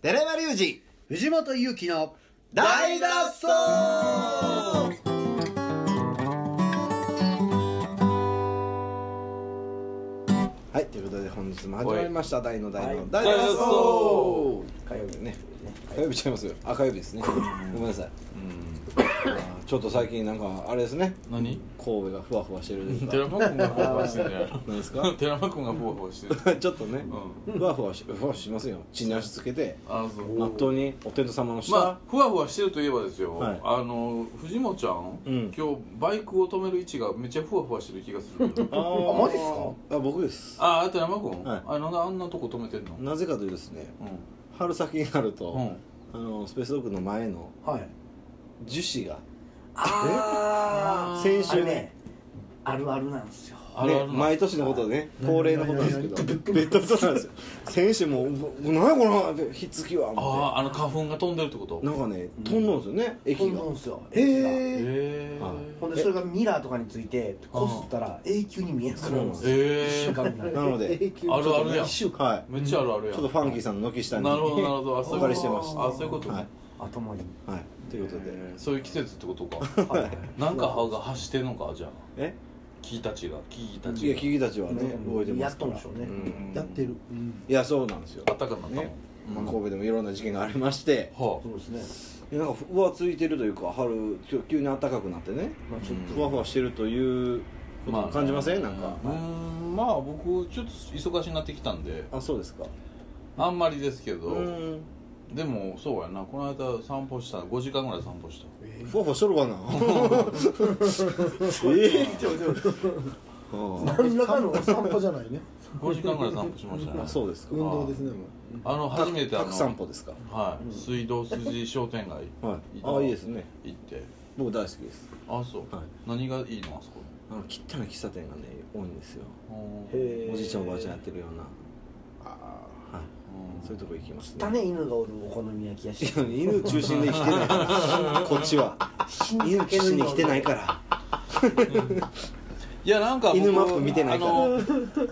寺山隆二藤本勇樹の二大脱走はいということで本日も始まりました大の大の大脱走火曜日ね火曜日ちゃいますよあ火曜日ですねごめんなさいうんあーちょっと最近なんかあれですね 何神戸がふわふわしてるですか寺間君がふわふわしてるやろ何ですか寺間君がふわふわしてる ちょっとねふわふわしふわふわしますよ地に足つけてあそう納豆にお天道様の下、まあふわふわしてるといえばですよ、はいあの藤本ちゃん、うん今日バイクを止める位置がめっちゃふわふわしてる気がする あマジっすかあ僕ですああ寺間君、はいあなんであんなとこ止めてんの、なぜかというとですねう春先になると、んうん、あのスペースドッグの前のはい樹脂があー先あれ週ねねあるあるなんですよあるあるねな毎年のことでねはい恒例のことなんですけど何々ベッドベトなんですよ先週も「何やこのひっつきは」あ思ああの花粉が飛んでるってこっとてなんかね飛んだんですよねそ駅んがなんですよええええはいほんでそれがミラーとかについてこすったら永久に見えなくなるんですよえ一週え間ぐらいなのであるあるやん一週間はめっちゃあるあるいやちんょっとファンキーさんの軒下になるほどなるほどあそおういうこと借りしてましたあそういうことね、はい頭に はいということでえーそういう季節ってことかはいなんか葉が走ってんのかじゃあえ木たちが木たいちやがキキたちはねうん動いてますからやっとんでしょうねんやってるいやそうなんですよあったかくなったもん、ねうんまあ神戸でもいろんな事件がありましてはそうですねいやなんかふわついてるというか春ちょ急に暖かくなってねまあちょっうんふわふわしてるということを感じません、なんか、うーんまあ僕ちょっと忙しになってきたんであそうですかあんまりですけど、うんでもそうやなこの間散歩した5時間ぐらい散歩したふわふわしとる かなええあと何らかの散歩じゃないね5時間ぐらい散歩しましたね あそうですか運動ですねもあの初めてあたくさんの、歩ですかはい、水道筋商店街はいいなあいいですね行って僕大好きですあそう、はい何がいいのあそこあの汚い喫茶店がね多いんですよへへーおじいちゃんおばあちゃんやってるようなあはいそういうとこ行きます汚ねね犬がおるお好み焼きやしいや犬中心で生きて ないからこっちは犬中心で生きてないからいやなんか僕犬マップ見てないからあの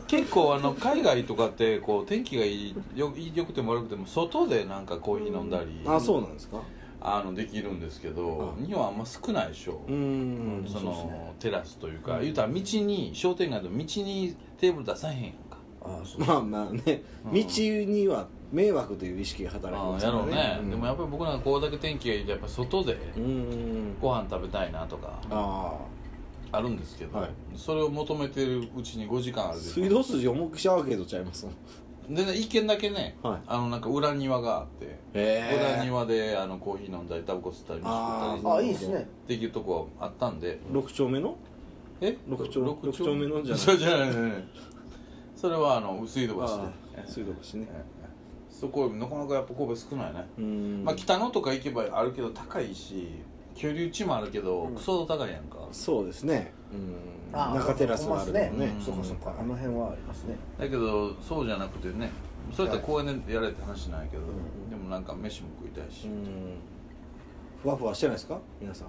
結構あの海外とかってこう天気がいいよ良くても悪くても外でなんかコーヒー飲んだり、あそうなんですかあのできるんですけどあ日本はあんま少ないでしょ、うーんそうそっすのテラスというか、言うたら道に商店街の道にテーブル出さへんやんかああそうまあまあねうん道には迷惑という意識が働きあますやかろらうねね、うんでもやっぱり僕なんかこうだけ天気がいいとやっぱ外でうーんご飯食べたいなとかああるんですけど、はいそれを求めてるうちに5時間ああるでしょ水道筋重くしちゃうけどちゃいますもんでね一軒だけね、はいあのなんか裏庭があって、へー裏庭であのコーヒー飲んだりタバコ吸ったり飯食ったありーあいいですねっていうとこあったんで六丁目のえ六丁六六丁目のじゃないそうじゃないじゃないそれはあの水道橋あであ水道橋ねええそこなかなかやっぱ神戸少ないね、うーんまあ北野とか行けばあるけど高いし居留地もあるけど、うんクソ高いやんかそうですねうんああ中テラスはあるけどねうんそうかそうかあの辺はありますねだけどそうじゃなくてねそうやったら公園でやれって話なんやけど、でもなんか飯も食いたいし、うんふわふわしてないですか皆さん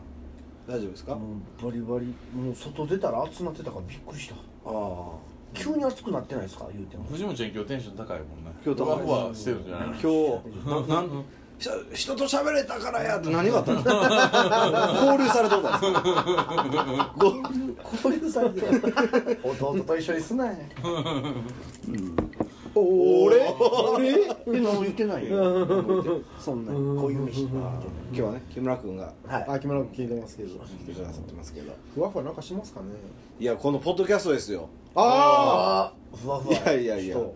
大丈夫ですかもうバリバリもう外出たら暑なってたからびっくりしたああ急に暑くなってないですか言うても藤本ちゃん今日テンション高いもんね今日高いですふわふわしてるじゃない今日ななんし人と喋れたからやって何があったの 放流されたことあ るんですかこういうさ弟と一緒にすなよ俺え何も言ってないよ そんなこういう飯今日はね木村君がはいあ木村君聞いてますけど来てくださってますけどふわふわなんかしますかねいやこのポッドキャストですよああああふわふわいやいやいや人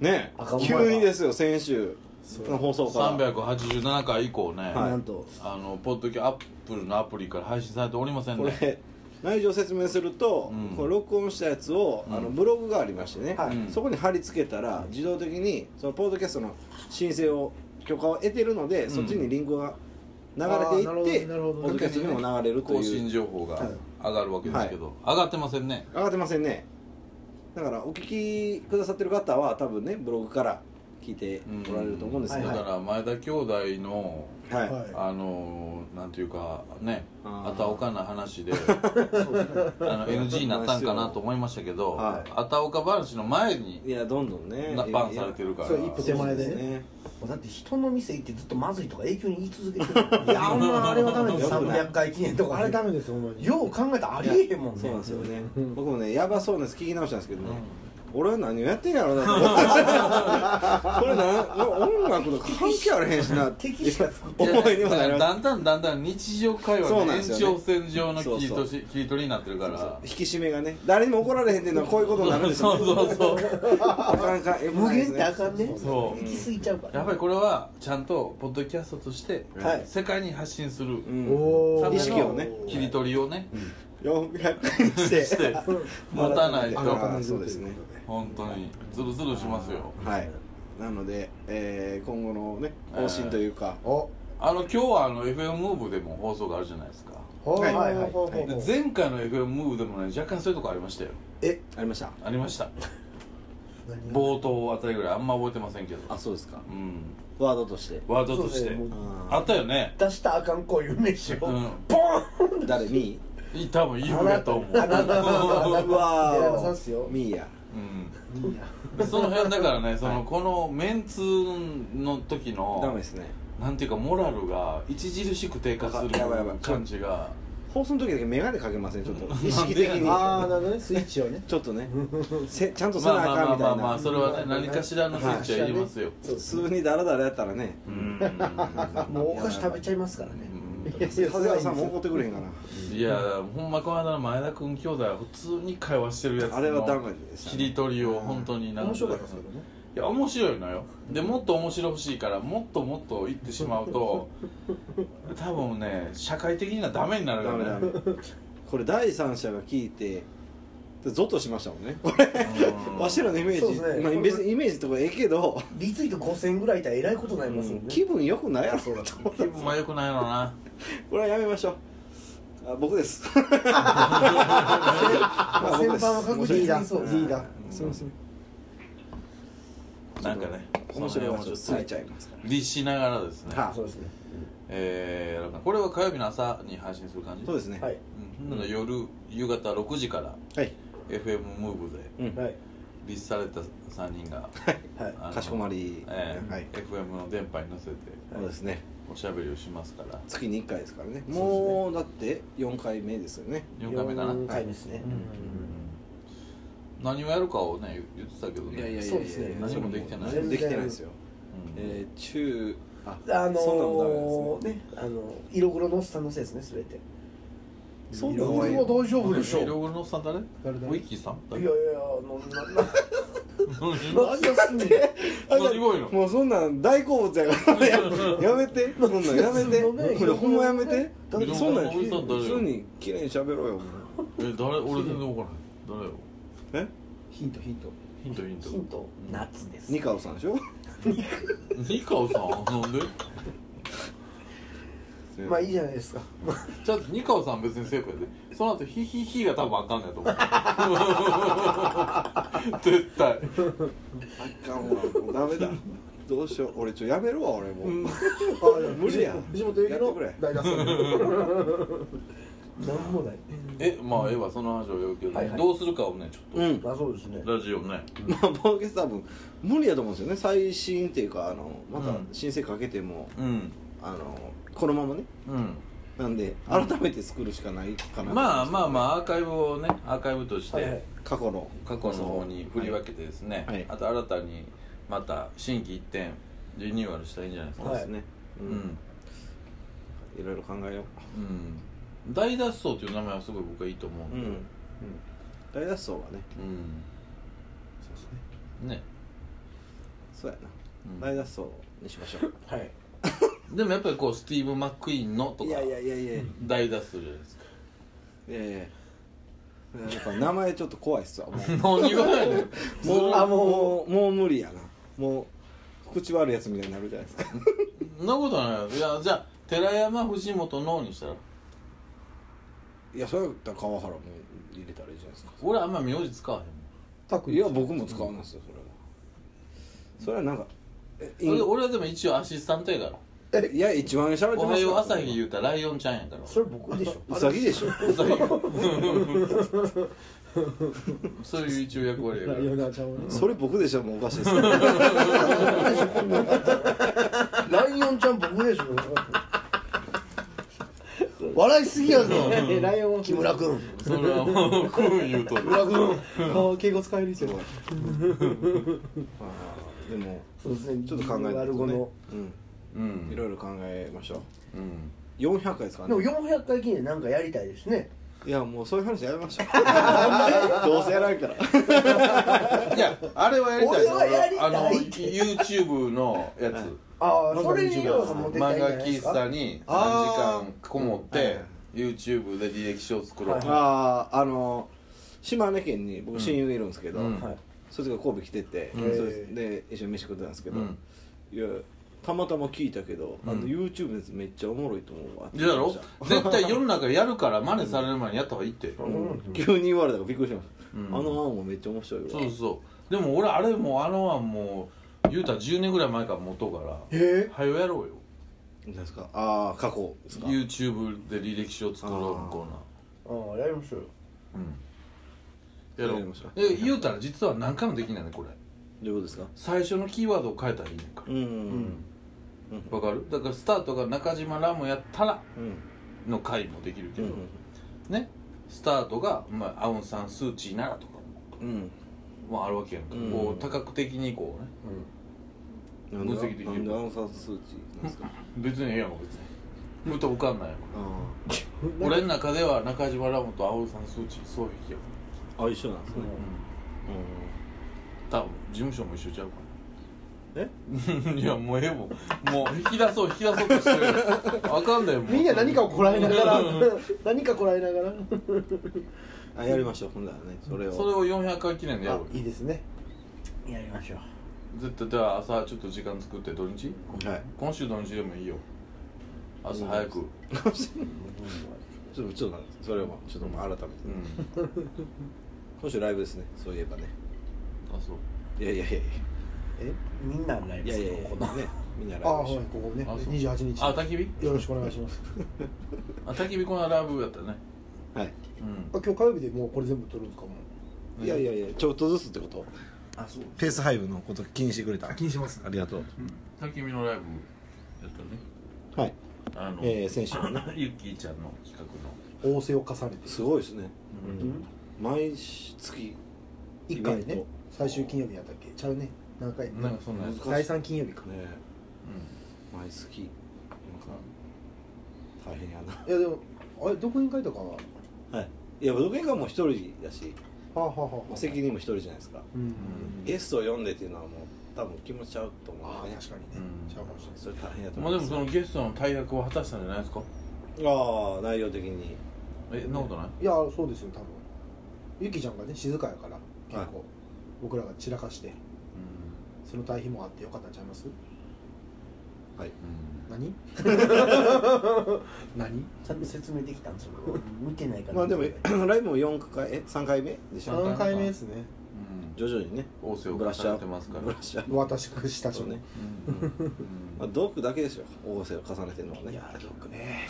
ね赤ん坊や急にですよ先週の放送から387回以降ね、はいなんとあのポッドキャアップルのアプリから配信されておりませんこねれ内容を説明すると、うんこの録音したやつを、あのブログがありましてね、はいそこに貼り付けたら自動的にそのポッドキャストの申請を許可を得てるので、そっちにリンクが流れあーていってなるほどなるほどポッドキャストにも流れると更いう新情報が上がるわけですけど、上がってませんね上がってませんねだからお聞きくださってる方は多分ねブログから聞いておられると思うんですけど、だはいから前田兄弟のはい、はいあのなんていうかねあーあたおかな話 であの NG になったんかなと思いましたけど、はいあたおか話の前にいやどんどんねなバンされてるからそう一歩手前でねだって人の店行ってずっとまずいとか永久に言い続けてるいやあんまあれはダメですよくない300回記念とかあれダメですほんまによう考えたらありえへんもんねそうなんですよねうん僕もねやばそうなんです聞き直したんですけどね、俺は何をやってんやろなと 思ってこれなん音楽と関係あらへんしなって敵しか作ってない思いにもなりまだだんだんだんだん日常会話そうのなんで延すよね長線上の切りそう取し切り取りになってるからす引き締めがね誰にも怒られへんっていうのはこういうことになるんですよ、ね、そうそうそうなかなかえ無限ってあねかんねそう行き過ぎちゃうからやっぱりこれはちゃんとポッドキャストとしてはい世界に発信するうんおー意識をね切り取りをね400回にしてして持たないあとーそうですね本当にズルズルしますよはいなので、えー今後のね方針というか、おあの今日はあの FM ムーブでも放送があるじゃないですかほうはいはいはいほうほうでほう前回の FM ムーブでもね若干そういうとこありましたよありましたありました何が冒頭あたりぐらいあんま覚えてませんけどあそうですかうんワードとしてワードとしそうてですねもうああったよね出したらあかんこういう飯をうポんーン誰ミい多分いるやと思うあなたーわ寺山さんっーすよおミーやうんいいやでその辺だからねそのこのメンツの時ダメのですねなんていうかモラルが著しく低下するやばいやばい感じが放送の時だけ眼鏡かけませんちょっと意識的ああになるほどねスイッチをねちょっとねせちゃんとせまなああまあまかんあみまたあいまあなそれはね何かしらのスイッチはいりますよそうですね普通にダラダラやったらねうんもうお菓子食べちゃいますからねいや長谷川さんも怒ってくれへんかないやほんまこの間の前田君兄弟は普通に会話してるやつのあれはダメでしたね切り取りを本当になん面白かったですけどいねや面白いのよでもっと面白欲しいからもっともっと言ってしまうと 多分ね社会的にはダメになるダよメダねメこれ第三者が聞いてゾッとしましたもんねうんわしらのイメそーうジ、ですねまあ、別にイメージとかええけどリツイート5000ぐらいいたらえらいことになりますもんね気分良くないやろそうだと思った気分は良くないのなこれはやめましょうあ僕です まあ先般は確実リーダにそうーリーダーすいませんなんかね面白い話をそつの辺をいちちょっゃいますかと律しながらですね、ら、はそうですねえーやろうかなこれは火曜日の朝に配信する感じそうですねはいうんなので夜夕方6時からはい、 FM ムーブでうんはい律された3人 が、はいあのかしこまり、えーはい FM の電波に乗せてそうですねおしゃべりをしますから月に1回ですからねもうだって4回目ですよね4回目かな、 4回目ですねうん何をやるかをね言言ってたけどねそうですね何もできてない全然できてないですよ、うんえー、中ああそんなんものー、ダメなんですねねあの色黒のおっさんのせいですね全てそそんんななことは大丈夫でしょえログのさん誰誰だウィッキーさいやんいやあのなな何何がすんねん 何がいいのもうそんなん大好物やからややめてそんなんやめて普通のねこれほんまやめてだってそんなんおじさん誰よ普通に綺麗に喋ろうよえ誰俺全然分からない誰よえヒントヒントヒントヒントヒント夏ですニカオさんでしょニカオさんなんでまあいいじゃないですかじゃあニカオさん別にセーフやでその後ヒヒヒが多分あかんねやと思う 絶対あかんわもうダメだどうしよう俺ちょやめるわ俺もう、無理や藤本由紀やってのくれ大脱走なんもないえまあええわその話を要求、はいはいどうするかをねちょうっんまあそうですねと、ラジオねまあボーケス多分無理やと思うんですよね最新っていうかあのまたうん申請かけても、うんあのこのままねうんなんで改めて作るしかないかな、まあまあまあアーカイブをねアーカイブとして、はいはい過去の過去の方に振り分けてですね、はいあと新たにまた新規一点リニューアルしたらいいんじゃないですか、そうですね、ううんんいろいろ考えようん大脱走という名前はすごい僕はいいと思うう、うんで、んうん、大脱走はねうんね、そうやな、う大ん脱走にしましょうはいでもやっぱりこうスティーブ・マック・イーンのといかやいやいやいやい大脱走じゃないですか やいややっぱ名前ちょっと怖いっす わもう何がないのもうあももうもう無理やなもう口悪いやつみたいになるじゃないですかそんなことないよいやじゃあ寺山藤本のにしたらいやそれやったら川原も入れたらいいじゃないですか俺あんま名字使わへんタクいや僕も使うんですよそれはそれはなんかえい俺俺はでも一応アシスタントやからいや一番喋ってます「おはよう朝日」 言うたらライオンちゃんやからそれ僕でしょうさぎでしょうさぎそういう一応役割やから夜なちゃんをねそれ僕でしたらもうおかしいで すねライオンちゃん僕でしょ笑いすぎやぞえライオン木村君それはもうこう言うとる木村君ああ敬語使えるじゃんあーでもそうですねちょっと考えないると語ねの、ううん、んいろいろ考えましょうんう400回ですかでねも400回記念なんかやりたいですねいやもうそういう話やめましょ うどうせやらんからいやあれはやりたい俺はやりたいあの YouTube のやつああそれに要素持ってきたい漫んじゃ画ないです喫か茶に3時あー間こもはっいて YouTube で履歴書を作ろうはいあああの島根県に僕親友がいるんですけど、うんはいそいつが神戸来てて、うんそいつで一緒に飯食ってたんですけど、うんいやたまたま聞いたけど、あうのん YouTube のやつめっちゃおもろいと思うわってでだろ絶対世の中やるから真似される前にやった方がいいってうん急に言われたからびっくりしました、うんあの案もめっちゃ面白いわそうそうでも俺あれもうあのはもう言うたら10年ぐらい前から持とうからえはよやろうよなんですかああ過去ですか YouTube で履歴書を作ろうコーナーー、ああやりましょうようんやろやりうましょうえ言うたら実は何回もできないねこれどういうことですか最初のキーワードを変えたらいいねんかうんうんらわかるだからスタートが中島ラムやったらうんの回もできるけうど、んねスタートが、まあ、アウン・サン・スー・チーならとかうんもあるわけやんか、うんこう多角的にこうねな分んで析できるなんで暗殺数値なんですか別にええやんか別に歌浮かんないやんかあら俺の中では中島ラムとアウン・サン・スー・チーそういう日やかああ一緒なんですね、うら、多分事務所も一緒ちゃうかん、えら いやもうええもんもう引き出そう引き出そうとしてるあかんだよもうみんな何かをこらえながら何かこらえながらあやりましょうほんならねそれをそれを400回記念でやあろういよいですねやりましょう絶対では朝ちょっと時間作って土日はい今週土日でもいいよ朝早くちょっとちょっとそれもちょっともう改めて、うん、今週ライブですねそういえばねあそういやいやいやいえみんなライやいブやいやいすやるねこのみんなあライブはいしよここねあそう28日あ焚き火よろしくお願いしますあ焚き火このライブやったねうはいうんあ今日火曜日でもうこれ全部撮るんですかもいやいやいやちょっとずつってことあそうペース配分のこと気にしてくれたあにしますりがとう焚き火のライブやったねはいあの、えー、選手も ねゆっきーちゃんの企画の仰せを重ねてすごいですねう毎月一回イベンねト最終金曜日やったっけちゃうね何回なんかそんなやつ難しい第三金曜日かねう毎月なんか大変やいやでもあれどこに書いたかなはなはいいや僕がもう一人だしあはあはあ責任も一人じゃないですかうんゲストを読んでっていうのはもう多分気持ちちゃうと思あうんあでね確かにねうんちゃうかもしれないそれ大変やとんまあ思でいますもそのゲストの大役を果たしたんじゃないですかああ内容的にえそんなことないいやそうですよ多分ゆきちゃんがね静かやから結はい構僕らが散らかしてその対比もあってよかったんちゃいますはいうん何何ちゃんと説明できた んそれは見てないからまあでも ライブも4回え3回目でしょう3回目ですね徐々にね仰せをブラッシュアッ重ねてプますからブラッシュアップ私たちそもうねね、 うんまあ、ドークだけですよ大勢を重ねてるのはねいやードックね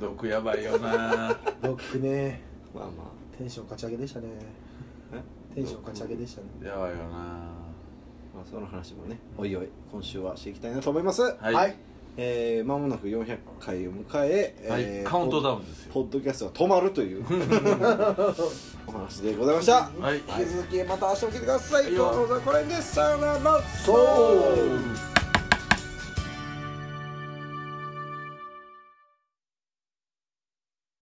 毒やばいよなドックねまあまテンション勝ち上げでしたねあねテンション勝ち上げでしたねやばいよなまあ、その話もねおいおい今週はしていきたいなと思いますはい、えー、間もなく400回を迎え、はいえーカウントダウンですよポッドキャストが止まると いうお話でございましたはい引き続きまた明日も来てください、はい今日の放送はこれでさよならそう